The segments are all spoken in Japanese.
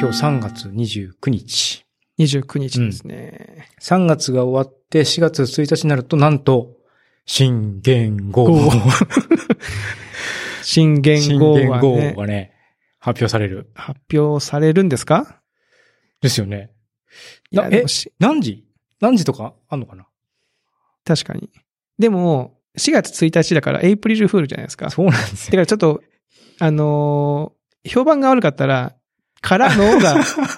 今日3月29日。 29日ですね。 3月が終わって4月1日になると、なんと、新元 号。新元新号元が、号ね、がね、発表される。発表されるんですかですよね。いやなでえもし何時何時とかあんのかな確かに。でも、4月1日だから、エイプリルフールじゃないですか。そうなんです てよ。かちょっと、あのー評判が悪かったら、から のが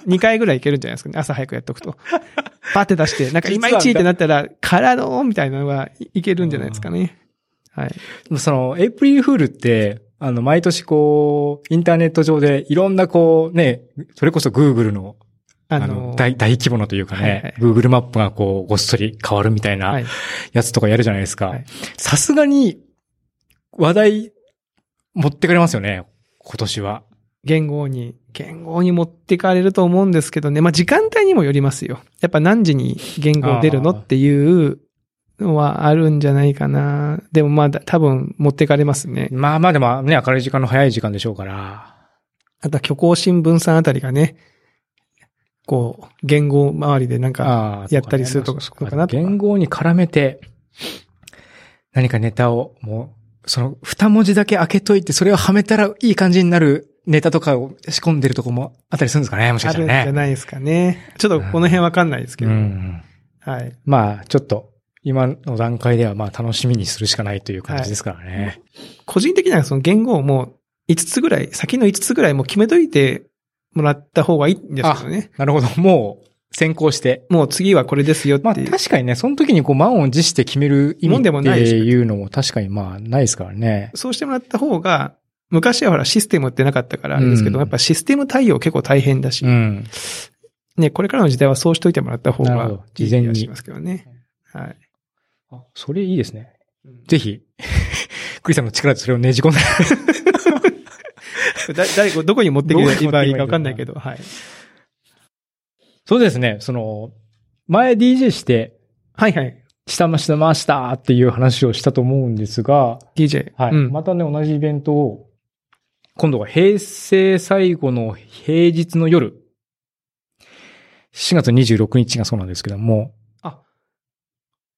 2回ぐらいいけるんじゃないですかね。朝早くやっとくと。パって出 して、なんかいまいちってなったら、からのみたいなのがいいけるんじゃないですかね。はい。その、エイプリルフールって、あの、毎年こう、インターネット上でいろんなこう、ね、それこそ Google の、ああの、のー大、大規模のというかね、はいはい Google マップがこう、ごっそり変わるみたいなはい。やつとかやるじゃないですかはい。さすがに、話題、持ってかれますよね、今年は。言語に、言語に持ってかれると思うんですけどね。まあ、時間帯にもよりますよ。やっぱ何時に言語出るのあーっていうのはあるんじゃないかな。でもまあ、だ多分持ってかれますね。まあまあでもね、明るい時間の早い時間でしょうから。あとは虚構新聞さんあたりがね、こう、言語周りでなんか、あやったりするとかそうそうのかなとか言語に絡めて、何かネタを、もう、その、二文字だけ開けといて、それをはめたらいい感じになるネタとかを仕込んでるとこもあったりするんですかね、もしかあしたるんらじね。ゃないですかね。ちょっとこの辺わかんないですけうど。ん。はい。まあ、ちょっと、今の段階では、まあ、楽しみにするしかないという感じですからね。個人的にはその言語をもう5つぐらい、先の5つぐらいもう決めといてもらった方がいいんですけどね。なるほど。もう、先行して。もう次はこれですよってまあ、いう。確かにね、その時にこう、満を持して決める意味もっんてでもないしいうのも確かにまあ、ないですからね。そうしてもらった方が、昔はほらシステムってなかったからあれですけど、うんやっぱシステム対応結構大変だし、うん。ね、これからの時代はそうしといてもらった方なるがほどいい事気前にがしますけどね。はい。あそれいいですね。ぜひ、 クリさんの力でそれをねじ込んで。だ、誰、どこに持ってけばいいかわかんないけど、はい。そうですね、その、前 DJ して、はいはい。下ましたましたっていう話をしたと思うんですが、 DJ。はい。うん。またね、同じイベントを、今度は平成最後の平日の夜、4月26日がそうなんですけども、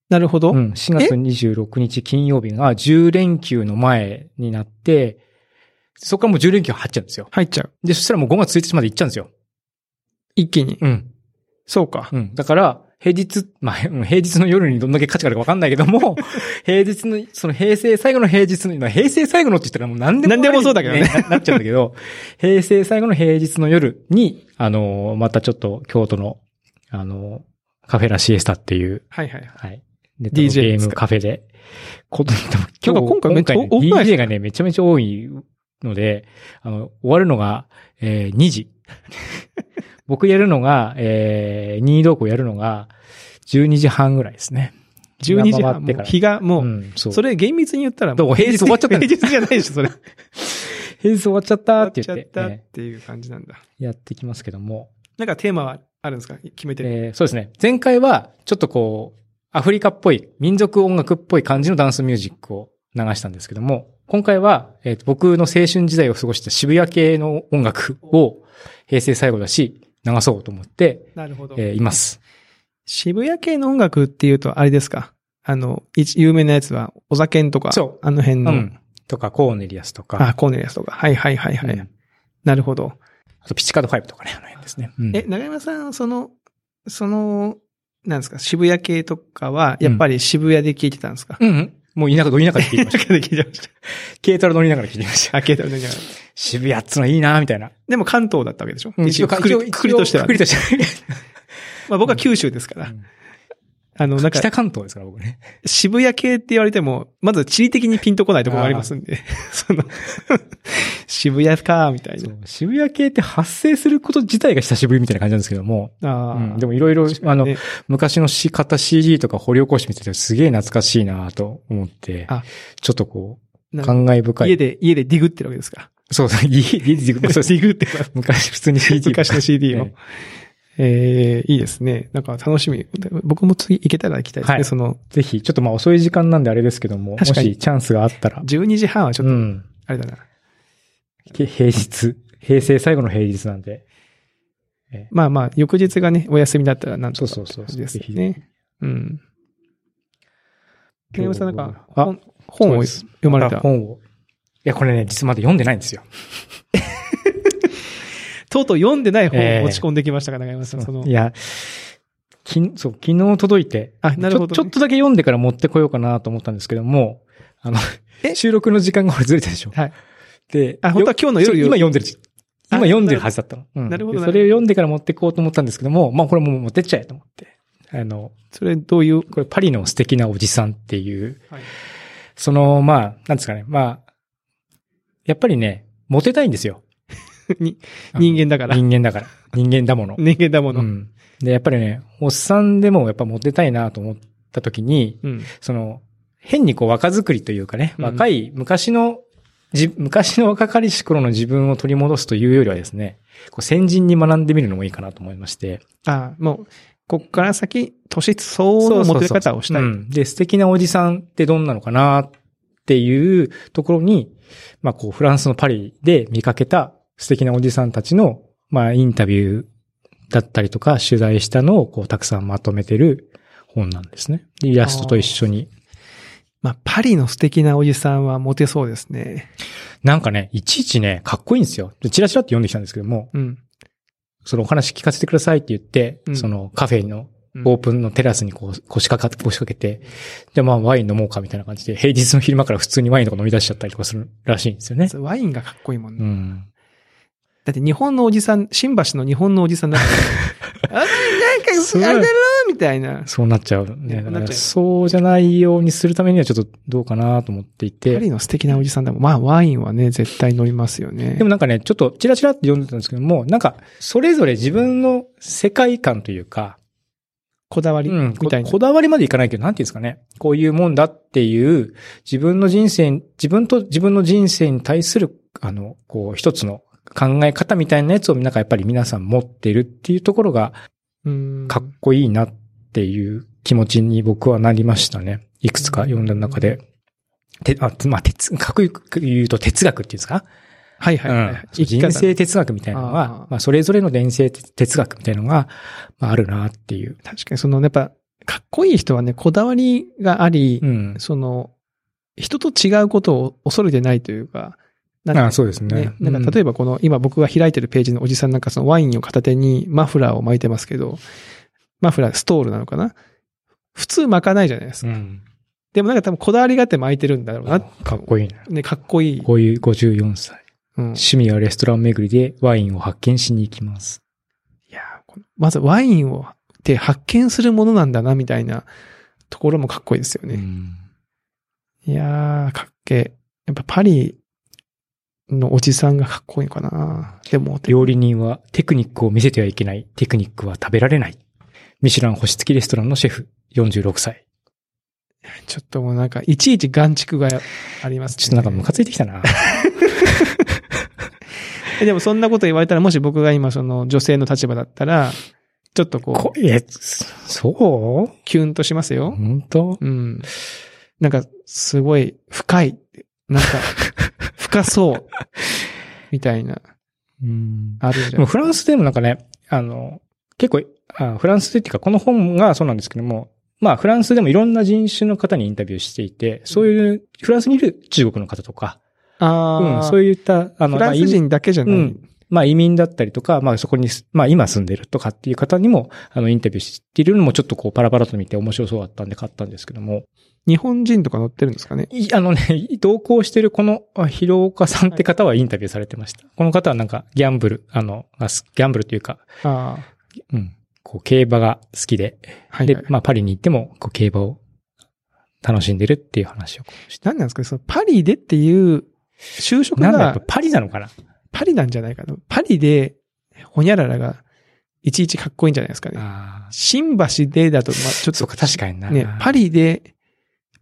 なるほうど。ん、4月26日金曜日が10連休の前になって、そこからもう10連休入っちゃうんですよ。入っちゃう。で、そしたらもう5月1日まで行っちゃうんですよ。一気に。うん。そうか。うん。だから、平日、まあ、 うん平日の夜にどんだけ価値があるかわかんないけども、 平日の、その平成最後の平日の、まあ平成最後のって言ったらもう何でもない、何でもそうだけどねな。なっちゃうんだけど、平成最後の平日の夜に、あのー、またちょっと京都の、あのー、カフェラシエスタっていう、はいはいはい。はい。ネットの DJ ゲでーすムかカフェで、ことに多分なんか今回めっちゃ今多くない回ね DJ がね、めちゃめちゃ多いので、あの、終わるのが、えー2時。 僕やるのが、えー、任意同行やるのが、12時半ぐらいですね。日12時が回半。ってもからう日がもうう、ん、そう。それ厳密に言ったらどうもう、平日終わっちゃったんだ平日じゃないでしょ、それ。終平日終わっちゃったわっっちてゃ言っって、たっえていう感じなんだ。ーやってきますけども。なんかテーマはあるんですか決めてる。えーそうですね。前回は、ちょっとこう、アフリカっぽい、民族音楽っぽい感じのダンスミュージックを流したんですけども、今回は、えーと僕の青春時代を過ごした渋谷系の音楽を、平成最後だし、流そうと思って、なるほど。えーいます。渋谷系の音楽っていうと、あれですかあの、一有名なやつは、お酒んとか、そうあの辺うの、ん。とか、コーネリアスとあ、か、コーネリアスとか。はいはいはいはい。うんなるほど。あとピチカード5とかね、あの辺ですね。うんえ、長山さん、その、その、なんですか、渋谷系とかは、やっぱり渋谷で聞いてたんですか、うんうん。もう田舎、ど田舎で聞いて ました。で聞いてました。軽トラ乗りながら聞いてました。あ、聞いてました。 渋谷っつのいいなみたいな。でも関東だったわけでしょ、一応、一応くくりくくりとしてはくくね、りとしてまあ僕は九州ですか ら。は。あの、なんか北、関東ですから、僕ね。渋谷系って言われても、まず地理的にピンとこないところがありますんで、 その、渋谷か、みたいそな。う渋谷系って発生すること自体が久しぶりみたいな感じなんですけども、ああ、うんでもいろいろ、あの、ね昔の仕方 CD とか掘り起こしてみててすげえ懐かしいなと思ってあ、ちょっとこう、なんか感慨深い。家で、家でディグってるわけですか。そうそう、 家家で、 そうですディグってるわけ昔普通 に CD 昔の CD をね。ええいいですね。なんか楽しみ。僕も次行けたら行きたいですね。はいその、ぜひ、ちょっとまあ遅い時間なんであれですけども、も確かにしチャンスがあったら、 12時半はちょっうと、ん。あれだな。け平日、平成最後の平日なんで、ええまあまあ、翌日がね、お休みだったらなんとかそうそうそうって感じですぜね。うん。ケイムさんなんか、あ本本そうをです読まれあた。本を。いや、これね、実はまだ読んでないんですよ。とうとう読んでないえ本えを持ち込んできましたか、中山さん。そのい、や、きんそう、昨日届いて、あ、なるほどね。ちょ。ちょっとだけ読んでから持ってこようかなと思ったんですけども、あの、え収録の時間がこれずれたでしょ。はい。で、あ、本当は今日の夜それよ今読んでるじ。あ今読んでるはずだったの。うんなるほどでそれを読んでから持ってこうと思ったんですけども、まあこれもう持ってっちゃえと思って。あの、それどういう、これパリの素敵なおじさんっていう、その、まあ、なんですかね、まあ、やっぱりね、モテたいんですよ。に人間だから。人間だから。人間だもの。人間だもうの。ん。で、やっぱりね、おっさんでもやっぱモテたいなと思った時に、うん。その、変にこう若作りというかね、うん若い、昔の、じ、昔の若かりし頃の自分を取り戻すというよりはですね、こう先人に学んでみるのもいいかなと思いまして。あもう、こっから先、年相応のモテ方をしたい。うんで、素敵なおじさんってどんなのかなっていうところに、まあこうフランスのパリで見かけた素敵なおじさんたちの、まあインタビューだったりとか取材したのをこうたくさんまとめてる本なんですね。でイラストと一緒に。まあ、パリの素敵なおじさんはモテそうですね。なんかね、いちいちね、かっこいいんですよ。でチラチラって読んできたんですけども、うん。そのお話聞かせてくださいって言って、うんそのカフェのうんオープンのテラスにこう腰掛かって、腰掛けて、じゃあまあワイン飲もうかみたいな感じで、平日の昼間から普通にワインとか飲み出しちゃったりとかするらしいんですよね。ワインがかっこいいもんね。うん。だって日本のおじさん、新橋の日本のおじさんだか らあなんか、そうあれだろみたいな。そうなっちゃうね。ねだなかっらちゃうそうじゃないようにするためにはちょっとどうかなと思っていパリて。の素敵なおじさんだもん。まあ、ワインはね、絶対飲みますよね。でもなんかね、ちょっとチラチラって読んでたんですけども、なんか、それぞれ自分の世界観というか、こだわりうん、みこたいな。こだわりまでいかないけど、なんていうんですかね。こういうもんだっていう、自分の人生、自分と自分の人生に対する、あの、こう、一つの考え方みたいなやつを、なんかやっぱり皆さん持ってるっていうところが、うんかっこいいなっていう気持ちに僕はなりましたね。いくつか読んだ中で。て、あ、つまあ、哲、かっこよく言うと哲学っていうんですかはいはいはうんい。生き方人生哲学みたいなのあはあ、まあ、それぞれの伝生哲学みたいなのが、まあ、あるなっていう。確かに、その、やっぱ、かっこいい人はね、こだわりがあり、うん。その、人と違うことを恐れてないというか、なんあかあそうですねね。。なんか例えばこの、今僕が開いてるページのおじさんなんかそのワインを片手にマフラーを巻いてますけど、マフラー、ストールなのかな普通巻かないじゃないですか。うんでもなんか多分こだわりがあって巻いてるんだろうな。かっこいいな。ね、かっこいい。こういう54歳。うん、い趣味はレストラン巡りでワインを発見しに行きます。やーこのまずワインを、って発見するものなんだな、みたいなところもかっこいいですようね。んいやー、かっけえ。やっぱパリのおじさんがかっこいいのかなでも、料理人はテクニックを見せてはいけない。テクニックは食べられない。ミシュラン星付きレストランのシェフ、46歳。ちょっともうなんか、いちいち眼畜があります、ね。ちょっとなんかムカついてきたな。えでもそんなこと言われたら、もし僕が今その女性の立場だったら、ちょっとここえ、そうう、キュンとしますよ。本当うん。なんか、すごい、深い。な んか、深そう。みたいな、うん。あるじでゃもん。フランスでもなんかね、あの、結構、あフランスでっていうか、この本がそうなんですけども、まあフランスでもいろんな人種の方にインタビューしていて、そういう、フランスにいる中国の方とか、あうん、あ、そういった、あの、まフラあン移ス民人だけじゃない。うんまあ移民だったりとか、まあそこにす、まあ今住んでるとかっていう方にも、あのインタビューしているのもちょっとこうパラパラと見て面白そうだったんで買ったんですけども、日本人とか乗ってるんですかね。いあのね、同行してるこのあ広岡さんって方はインタビューされてました。この方はなんかギャンブル、あの、がすギャンブルというか、ああ、うん、こう競馬が好きで、はい、ではい、。まあパリに行ってもこう競馬を楽しんでるっていう話をこうして。何なんですかねそのパリでっていう、就職なんだやっがぱパリなのかなパリなんじゃないかな。パリで、ほにゃららが、いちいちかっこいいんじゃないですかね。ああ、新橋でだと、まあ、ちょっそとうか、確かにな。ね、パリで、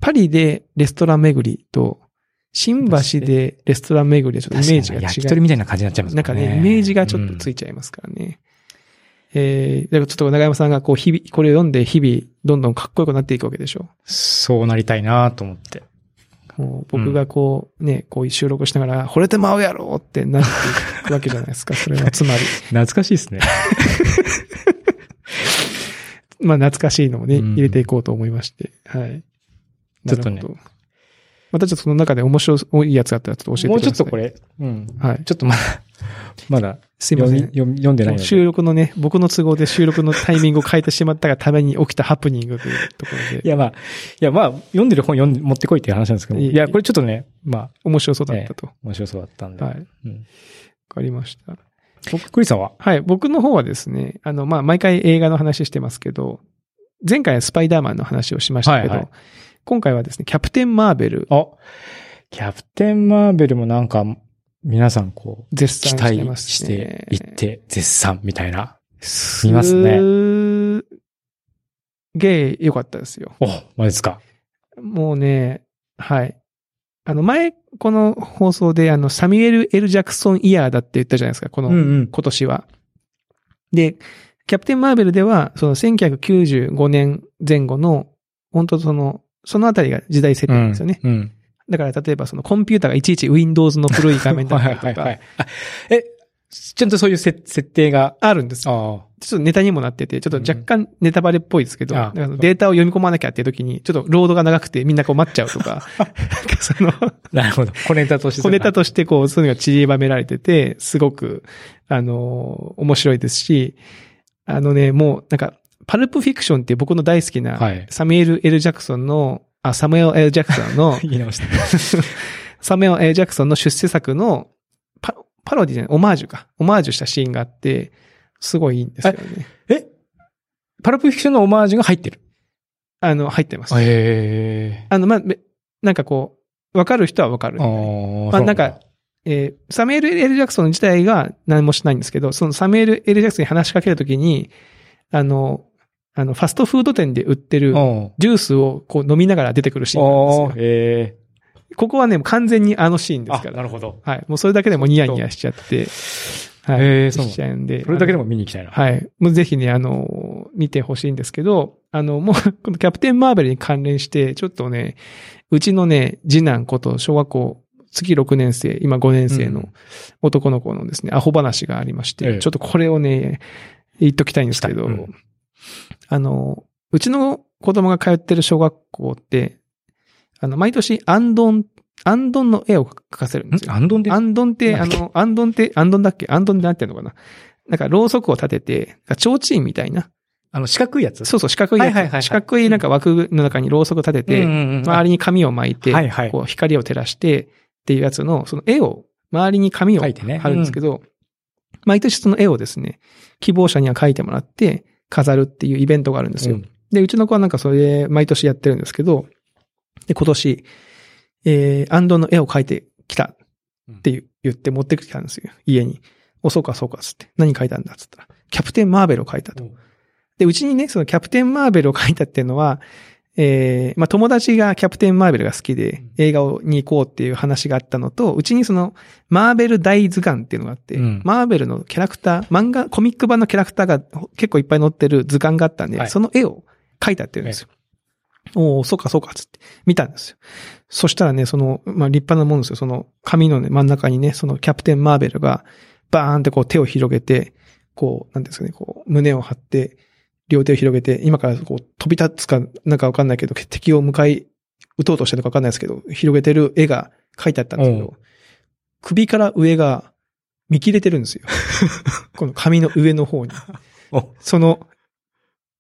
パリでレストラン巡りと、新橋でレストラン巡りはちょっとイメージが確かに焼き違鳥う。みたいな感じになっちゃいますもなんかね、イメージがちょっとついちゃいますからね。えー、だからちょっと長山さんがこう日々、これを読んで日々、どんどんかっこよくなっていくわけでしょそうなりたいなと思って。もう僕がこう、ね、こういう収録しながら、惚れてまうやろってなっていわけじゃないですか、それは。つまり。懐かしいですね。まあ、懐かしいのもね、うん入れていこうと思いまして。はい。ちょっとねなるほど。またちょっとその中で面白いやつがあったらちょっと教えてください。 もうちょっとこ。れ、うん。はい。ちょっとまだ、 まだすいま読せみん。読み読んでないので。収録のね、僕の都合で収録のタイミングを変えてしまったがために起きたハプニングというところいで、や、まあ、いや、まあ、読んでる本読んで持ってこいっていう話なんですけど、いえいえいや、これちょっとね、ま面白そうだったと。あ、面白そうだったんで。はい。わうん。かりました。僕、クリスさんははい。僕の方はですね、あの、まあ、毎回映画の話してますけど、前回はスパイダーマンの話をしましたけど、はいはい今回はですね、キャプテン・マーベル、あ、キャプテン・マーベルもなんか、皆さんこう、絶賛期して待ます、ね。していって、絶賛みたいな。す見ますねすげえ良かったですよ。お、マジですか。もうね、はい。あの、前、この放送で、あの、サミュエル・ L ・ジャクソンイヤーだって言ったじゃないですか、この、ん。今年は。で、キャプテン・マーベルでは、その1995年前後の、本当その、そのあたりが時代設定なんですよね。うん。だから例えばそのコンピューターがいちいち Windows の古い画面だったりとか、 はいはいはいあえ、ちゃんとそういうせ設定が、あるんですよ。ああ。ちょっとネタにもなってて、ちょっと若干ネタバレっぽいですけど、うんだからそのデータを読み込まなきゃっていう時に、ちょっとロードが長くてみんなこう待っちゃうと か、なんかその、なるほど。小ネタとして。小ネタとしてこう、そういうのが散りばめられてて、すごく、あのー面白いですし、あのね、もう、なんか、パルプフィクションっていう僕の大好きな、はい、サミュエル・ L ・ジャクソンの、あ、サムエル・ L ・ジャクソンの言い直した。サムエル・ L ・ジャクソンの出世作のパ、パロディじゃない、オマージュか。オマージュしたシーンがあって、すごいいいんですよね。えパラプフィクションのオマージュが入ってる。あの、入ってます。へえ。あの、まあ、めなんかこう、わかる人はわかるあ。ーまあなんか、えーサミュエル・ L ・ジャクソン自体が何もしないんですけど、そのサミュエル・ L ・ジャクソンに話しかけるときに、あの、あの、ファストフード店で売ってそるうなんだジュースをこう飲みながら出てくるシうん。ーンなおんですー、へえ。よ。ここはね、完全にあのシーンですあ、から。なるほど。はい。もうそれだけでもニヤニヤしちゃって、はい。へーそうしちゃうんで。それだけでも見に行きたいな。はい。もうぜひね、あの、見てほしいんですけど、あの、もう、 このキャプテンマーベルに関連して、ちょっとね、うちのね、次男こと小学校、月6年生、今5年生うのん男の子のですね、アホ話がありまして、ええちょっとこれをね、言っときたいんですけど、したいうんあの、うちの子供が通ってる小学校って、あの、毎年、アンドン、アンドンの絵を描かせるんですよ。んアンドンでアンドンって、あなんだっの、アンドンって、アンドンだっけアンドンってなってんのかななんか、ろうそくを立てて、なんか、提灯みたいな。あの、四角いやつそうそう、四角いはいはいはいはやいつ。四角いなんか枠の中にろうそくを立てうんて、うんうん周りに紙を巻いて、はいはいこう、光を照らして、っていうやつの、その絵を、周りに紙を書いてね貼るんですけど、毎年その絵をですね、希望者には書いてもらって、飾るっていうイベントがあるんですよ。うんで、うちの子はなんかそれで毎年やってるんですけど、で、今年、えー、アンドの絵を描いてきたって言う言って持ってきたんですよ、家に。お、そうかそうかっつって。何描いたんだっつったら。キャプテン・マーベルを描いたと。で、うちにね、そのキャプテン・マーベルを描いたっていうのは、えー、まあ、友達がキャプテン・マーベルが好きでうん、映画をに行こうっていう話があったのと、うちにその、マーベル大図鑑っていうのがあって、うんマーベルのキャラクター、漫画、コミック版のキャラクターがほ結構いっぱい載ってる図鑑があったんで、はいその絵を描いたっていうんですよ。おおそうかそうかっつって、見たんですよ。そしたらね、その、まあ、立派なもんですよ。その、紙のね、真ん中にね、そのキャプテン・マーベルが、バーンってこう手を広げて、こう、なんていうんですかね、こう、胸を張って、両手を広げて、今からこう飛び立つかなんかわかんないけど、敵を迎え、撃とうとしてるかわかんないですけど、広げてる絵が書いてあったんですけうんど、首から上が見切れてるんですよ。 この髪の上の方に。 おその、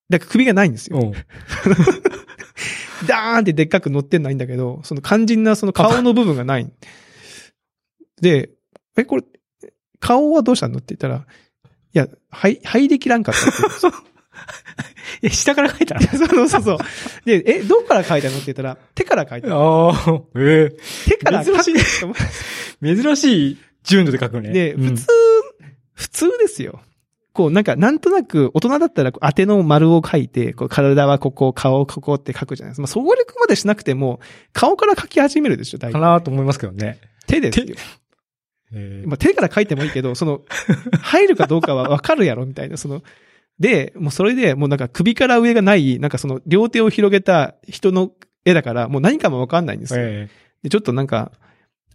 だから首がないんですよ。おダーンってでっかく乗ってんないんだけど、その肝心なその顔の部分がない。 で、え、これ、顔はどうしたのって言ったら、いや、はい、入りきらんかったって言うんですよ え、下から書いたのそうそうそう。で、え、どっから書いたのって言ったら、手から書いたの。ああ、ええ手から書く珍珍しい純度で書くね。で、うん普通、普通ですよ。こう、なんか、なんとなく、大人だったら、こう当ての丸を書いて、こう、体はここ、顔はここって書くじゃないですか。まあ、総力までしなくても、顔から書き始めるでしょ、大か体。なと思いますけどね。手ですよ。ええまあ、手から書いてもいいけど、その、入るかどうかはわかるやろ、みたいな、その、で、もうそれで、もうなんか首から上がない、なんかその、両手を広げた人の絵だから、もう何かもわかんないんですよ。えで、ちょっとなんか、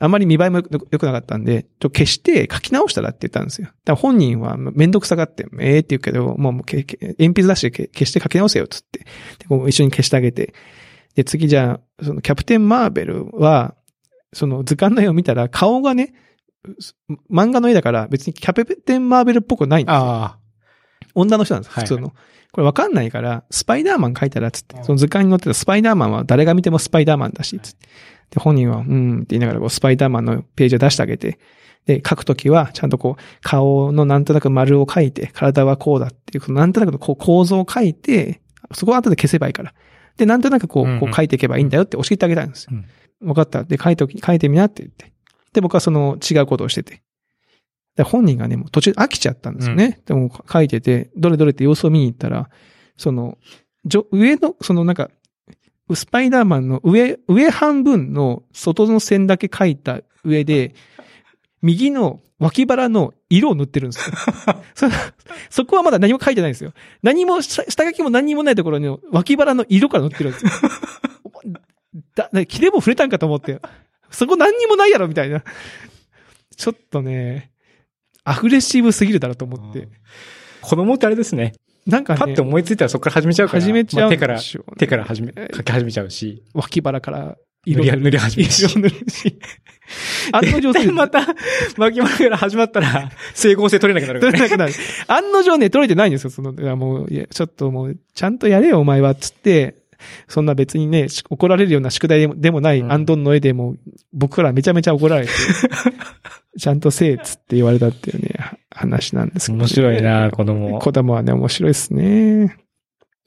あまり見栄えも良く良くなかったんで、ちょっと消して書き直したらって言ったんですよ。だから本人はめんどくさがって、ええって言うけど、もうもうけけ鉛筆だしけ消して書き直せよっつって。で、こう一緒に消してあげて。で、次じゃあ、そのキャプテンマーベルは、その図鑑の絵を見たら顔がね、漫画の絵だから別にキャプテンマーベルっぽくないんですよ。あ女の人なんですはい普通の。これわかんないから、スパイダーマン書いたら、つっうて。んその図鑑に載ってたスパイダーマンは誰が見てもスパイダーマンだし、つって。で、本人は、うん、って言いながら、こう、スパイダーマンのページを出してあげて、で、書くときは、ちゃんとこう、顔のなんとなく丸を書いて、体はこうだっていう、なんとなくのこう構造を書いて、そこは後で消せばいいから。で、なんとなくこうんうう、んこう書いていけばいいんだよって教えてあげたんですよ。うん分かった。で、書いておき、書いてみなって言って。で、僕はその違うことをしてて。で、本人がね、もう途中で飽きちゃったんですよね。でも書いてて、どれどれって様子を見に行ったら、その、じょ上の、そのなんか、スパイダーマンの上、上半分の外の線だけ書いた上で、右の脇腹の色を塗ってるんですよ。そそこはまだ何も書いてないんですよ。何も、下下書きも何もないところに脇腹の色から塗ってるんですよ。 だ、だ切れも触れたんかと思って。そこ何にもないやろ、みたいな。ちょっとね、アグレッシブすぎるだろうとあ思っ。て。子供ってあれですね。なんかね、パッと思いついたらそこから始めちゃうから。始めちゃまうんあ手からで、しょうね手から始め、書き始めちゃうし。脇腹から塗色り、塗り始めるし。色塗るし。案の定絶す 対る。また、巻き丸から始まったら、整合性取れなくなるか取られね。なくなる。案の定ね、取れてないんですよ。その、いやもう、いや、ちょっともう、ちゃんとやれよ、お前は、つって、そんな別にね、し怒られるような宿題でもでもない、うんアンドンの絵でも、僕からめちゃめちゃ 怒られて、ちゃんとせえ、つって言われたっていうね、は話なんですけど、面白い。な、子供。子供はね、面白いですね。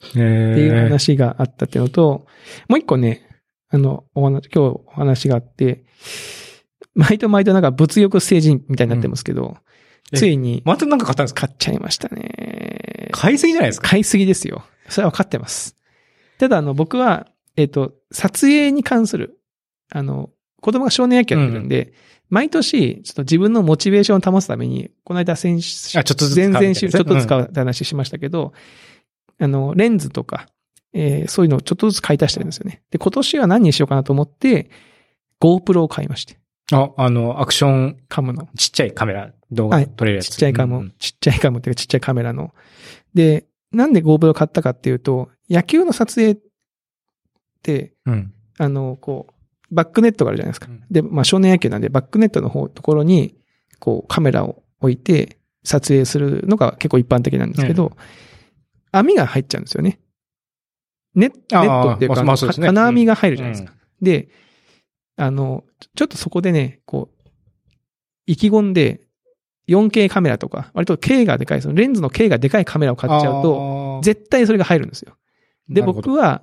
えっていうー話があったっていうのと、もう一個ね、あの、お話、今日お話があって、毎度毎度なんか物欲成人みたいになってますけど、うんついにまたなんか買ったんですか買っちゃいましたね。買いすぎじゃないですか。買いすぎですよ。それは分かってます。ただ、あの、僕は、えっ、と、撮影に関する、あの、子供が少年野球やってるんで、毎年、ちょっと自分のモチベーションを保つために、この間先週、あちょっとずつ前買うみたいな々週、ねちょっと使うって話しましたけど、あの、レンズとか、えーそういうのをちょっとずつ買い足してるんですよね。で、今年は何にしようかなと思って、GoPro を買いまして、あ、あの、アクション、カムの。ちっちゃいカメラ、動画撮れるやつ。ちっちゃいカうムん、ちっちゃいカムっていうかちっちゃいカメラの。で、なんで GoPro を買ったかっていうと、野球の撮影って、うん。あの、こう、バックネットがあるじゃないですかうん。で、まあ少年野球なんで、バックネットの方、ところに、こう、カメラを置いて、撮影するのが結構一般的なんですけど、網が入っちゃうんですよね。ネネあーットっていうまか、あまあそうですね金網が入るじゃないですか。で、あの、ちょちょっとそこでね、こう、意気込んで、4K カメラとか、割と K がでかい、そのレンズの K がでかいカメラを買っちゃうと、と絶対それが入るんですよ。で、僕は、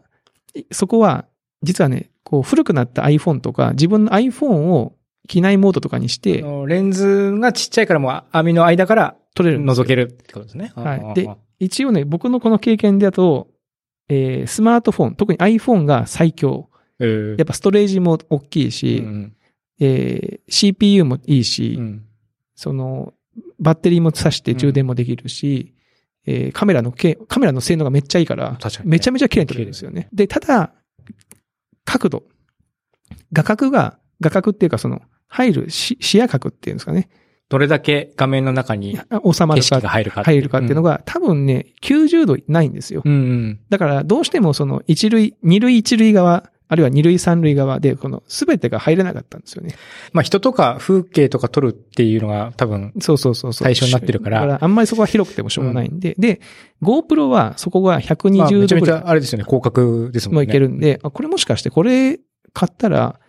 いそこは、実はね、こう、古くなった iPhone とか、自分の iPhone を機内モードとかにして、レンズがちっちゃいからもう網の間から撮れるんですよ覗けるってことですね。はいあーで一応ね、僕のこの経験だと、えースマートフォン、特に iPhone が最強。えーやっぱストレージも大きいし、うんえー CPU もいいし、うんその、バッテリーも挿して充電もできるし、えーカメラのけ、カメラの性能がめっちゃいいから、確かにねめちゃめちゃ綺麗に撮れるんですよね。で、ただ、角度。画角が、画角っていうかその、入るし視野角っていうんですかね。どれだけ画面の中に収ま景る色か、が入るか入るかっていうのが。が、多分ね、90度ないんですよ。うんうん。だから、どうしてもその、一類、二類一類側、あるいは二類三類側で、この、すべてが入れなかったんですよね。まあ人とか風景とか撮るっていうのが多分、そうそうそうそう。対象になってるからあんまりそこは広くてもしょうがないんで。で、GoPro はそこがまあめ120ちゃ度めぐちらゃあれですよね、広角ですいもんね。もいけるんで、あ、これもしかしてこれ買ったら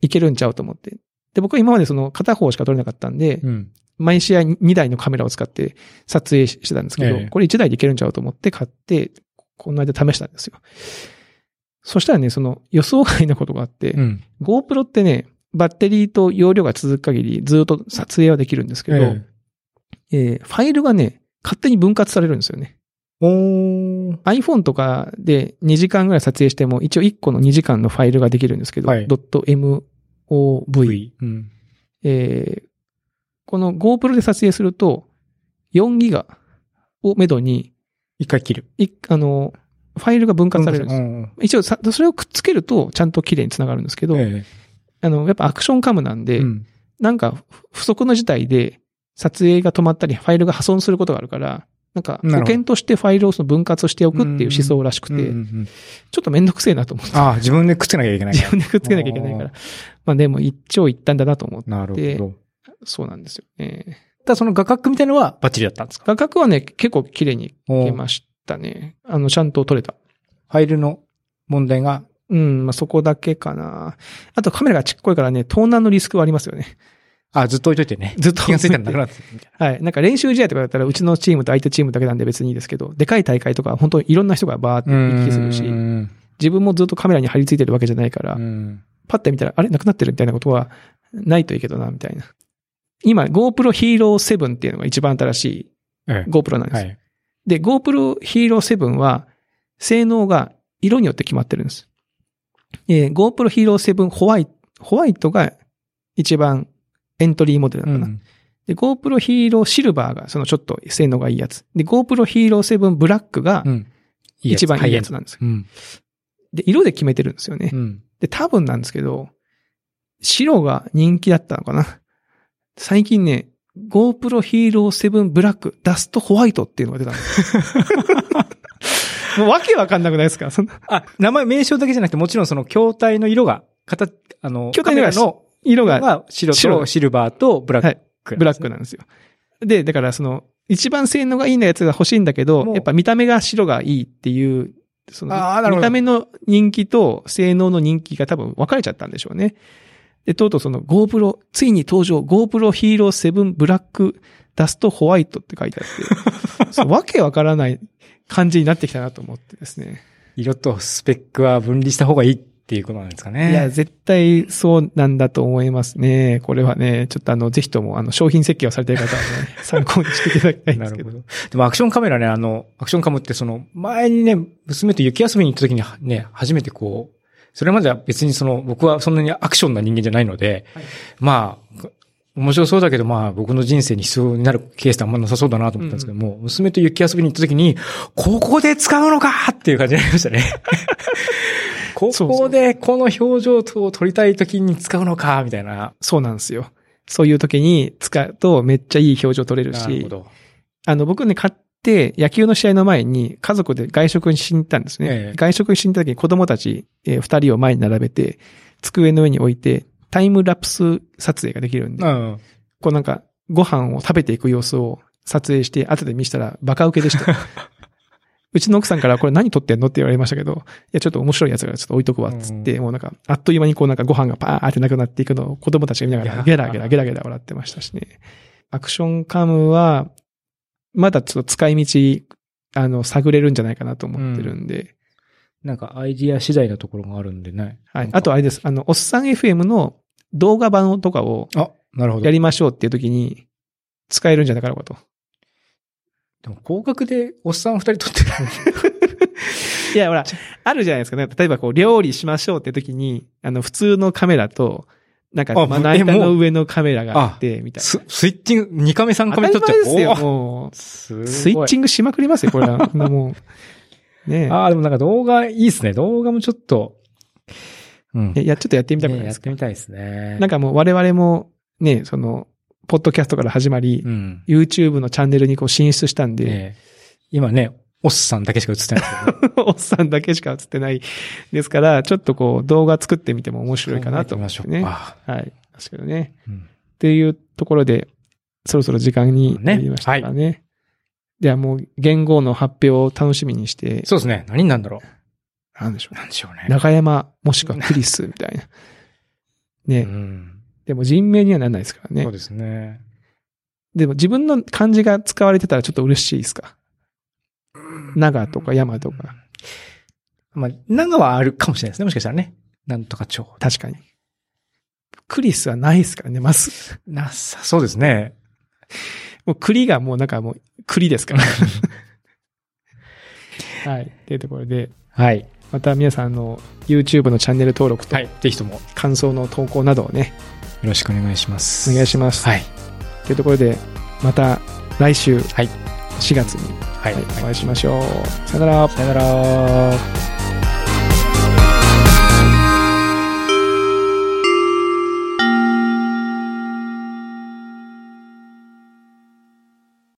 いけるんちゃうと思って。で、僕は今までその片方しか撮れなかったんで、うん。毎試合2台のカメラを使って撮影してたんですけど、ええこれ1台でいけるんちゃうと思って買って、この間試したんですよ。そしたらね、その予想外のことがあって、うん。 GoPro ってね、バッテリーと容量が続く限りずっと撮影はできるんですけど、ええーファイルがね、勝手に分割されるんですよね。えおー iPhone とかで2時間ぐらい撮影しても、一応1個の2時間のファイルができるんですけど、はいドット .mov。 V。うん。えーこの GoPro で撮影すると、4ギガをめどに、一回切る。いあの、ファイルが分割されるんです。うん一応さ、それをくっつけると、ちゃんと綺麗に繋がるんですけど、えあの、やっぱアクションカムなんで、うん。なんかふ不足の事態で撮影が止まったり、ファイルが破損することがあるから、なんかなるほど保険としてファイルをその分割しておくっていう思想らしくうんうんうて、んちょっとめんどくせえなと思って、ああ、自 分でくっつけなきゃいけない。自分でくっつけなきゃいけないから。まあでも一長一短だなと思って、なるほど。そうなんですよね。ただその画角みたいなのはバッチリだったんですか画角はね、結構綺麗にお消えーましたね。あの、ちゃんと撮れた。ファイルの問題が、うん、まあそこだけかな。あとカメラがちっこいからね、盗難のリスクはありますよね。あ、ずっと置いといて ね。ずっと。気がついたらなくなってたみたいはい。なんか練習試合とかだったら、うちのチームと相手チームだけなんで別にいいですけど、でかい大会とか、本当にいろんな人がバーってな。行き来するしう、ん自分もずっとカメラに張り付いてるわけじゃないから、うんパッて見たら、あれなくなってるみたいなことは、ないといいけどな、みたいな。今、GoPro Hero 7っていうのが一番新しいええ GoPro なんです。はい。で、GoPro Hero 7は、性能が色によって決まってるんです。えー GoPro Hero 7ホワイト、ホワイトが一番エントリーモデルなのかな。うんで、GoPro Hero シルバーがそのちょっと性能がいいやつ。で、GoPro Hero 7ブラックがうんいいやつ一番いいやつなんですよ。うん。で、色で決めてるんですよねう。ん。で、多分なんですけど、白が人気だったのかな。最近ね、GoPro Hero 7ブラック、ダストホワイトっていうのが出たんです よ。もうわけわかんなくないですかそんなあ、名前、名称だけじゃなくて、もちろんその筐体の色が、形、あの、筐体の色がカメラの色が色が白と白シルバーとブラック。ブラックなんですよ。で、だからその、一番性能がいいなやつが欲しいんだけども、うやっぱ見た目が白がいいっていう、そのあーな、るほど見た目の人気と性能の人気が多分分かれちゃったんでしょうね。で、とうとうその GoPro、ついに登場、GoPro Hero 7 Black Dust White って書いてあ って、そのわけわからない感じになってきたなと思ってですね。色とスペックは分離した方がいいっていうことなんですかね。いや、絶対そうなんだと思いますね。これはね、ちょっとあの、ぜひともあの、商品設計をされている方はね、参考にしていただきたいんでなすけるどほ。ど。でもアクションカメラね、あの、アクションカムってその、前にね、娘と雪遊びに行った時にね、初めてこう、それまでは別にその、僕はそんなにアクションな人間じゃないので、まあ、面白そうだけど、まあ、僕の人生に必要になるケースってあんまなさそうだなと思ったんですけども、娘と雪遊びに行った時に、ここで使うのかっていう感じになりました ね。こそうこでこの表情を撮りたい時に使うのかみたいな。そうなんですよ。そういう時に使うとめっちゃいい表情撮れるなるほし、ど。あの僕ね、買って野球の試合の前に家族で外食にしに行ったんですね。ええ外食にしに行った時に子供たち、えー二人を前に並べて、机の上に置いてタイムラプス撮影ができるんで、うん。こうなんかご飯を食べていく様子を撮影して後で見せたらバカ受けで した。うちの奥さんからこれ何撮ってんのって言われましたけど、いやちょっと面白いやつがちょっと置いとくわっつって、もうなんかあっという間にこうなんかご飯がパーってなくなっていくのを子供たちが見ながいらやゲラゲラゲラゲラ笑ってましたしね。アクションカムは、まだちょっと使い道、あの、探れるんじゃないかなと思ってるんで。なんかアイディア次第なところがあるんでね。は。ないんかあとあれです。あの、おっさん FM の動画版とかをあ、なるほどや。りましょうっていう時に使えるんじゃなかろうかと。でも広角でおっさん二人撮ってる。いや、ほら、あるじゃないですかね。例えばこう、料理しましょうって時に、あの、普通のカメラと、なんか、あまな板えものう上のカメラがあって、みたいな。ススイッチング、2カメ3カ当たメり撮っち前ゃう。ですよ、おーもすう。スイッチンングしまく りますよ、これは。こんなもん。ねああ、でもなんか動画いいですね。動画もちょっと。うん。え。いや、ちょっとやってみたくないねでやっすか。てみたいですね。なんかもう我々も、ね、その、ポッドキャストから始まりう、ん。 YouTube のチャンネルにこう進出したんで、ね今ね、おっさんだけしか映ってない ですけど、 おっさんだけしか映ってないですから、ちょっとこう動画作ってみても面白いかなと思って考えてみね。まはしょうか。い。ですけどね。うんっていうところで、そろそろ時間になりましたからね。ではもう言語の発表を楽しみにして、そうですね。何になんだろう。なんでしょうね。なんでしょうね。長山もしくはクリスみたいな。ね、うん。でも人名にはならないですからそうね。ですね。でも自分の漢字が使われてたらちょっと嬉しいですか長とか山とか。まあ、長はあるかもしれないですね。もしかしたらね。なんとか町。確かに。クリスはないですからね、まず。なさそうですね。もう栗がもうなんかもう栗で すから。はい。っていうところで、はい。また皆さんあの YouTube のチャンネル登録とはい。ぜひともよ感想の投稿などをね、ろしくお願いします。お願いします。はい。というところで、また来週、はい4月にはい。はいお会いしましょう。さよなら。さよなら。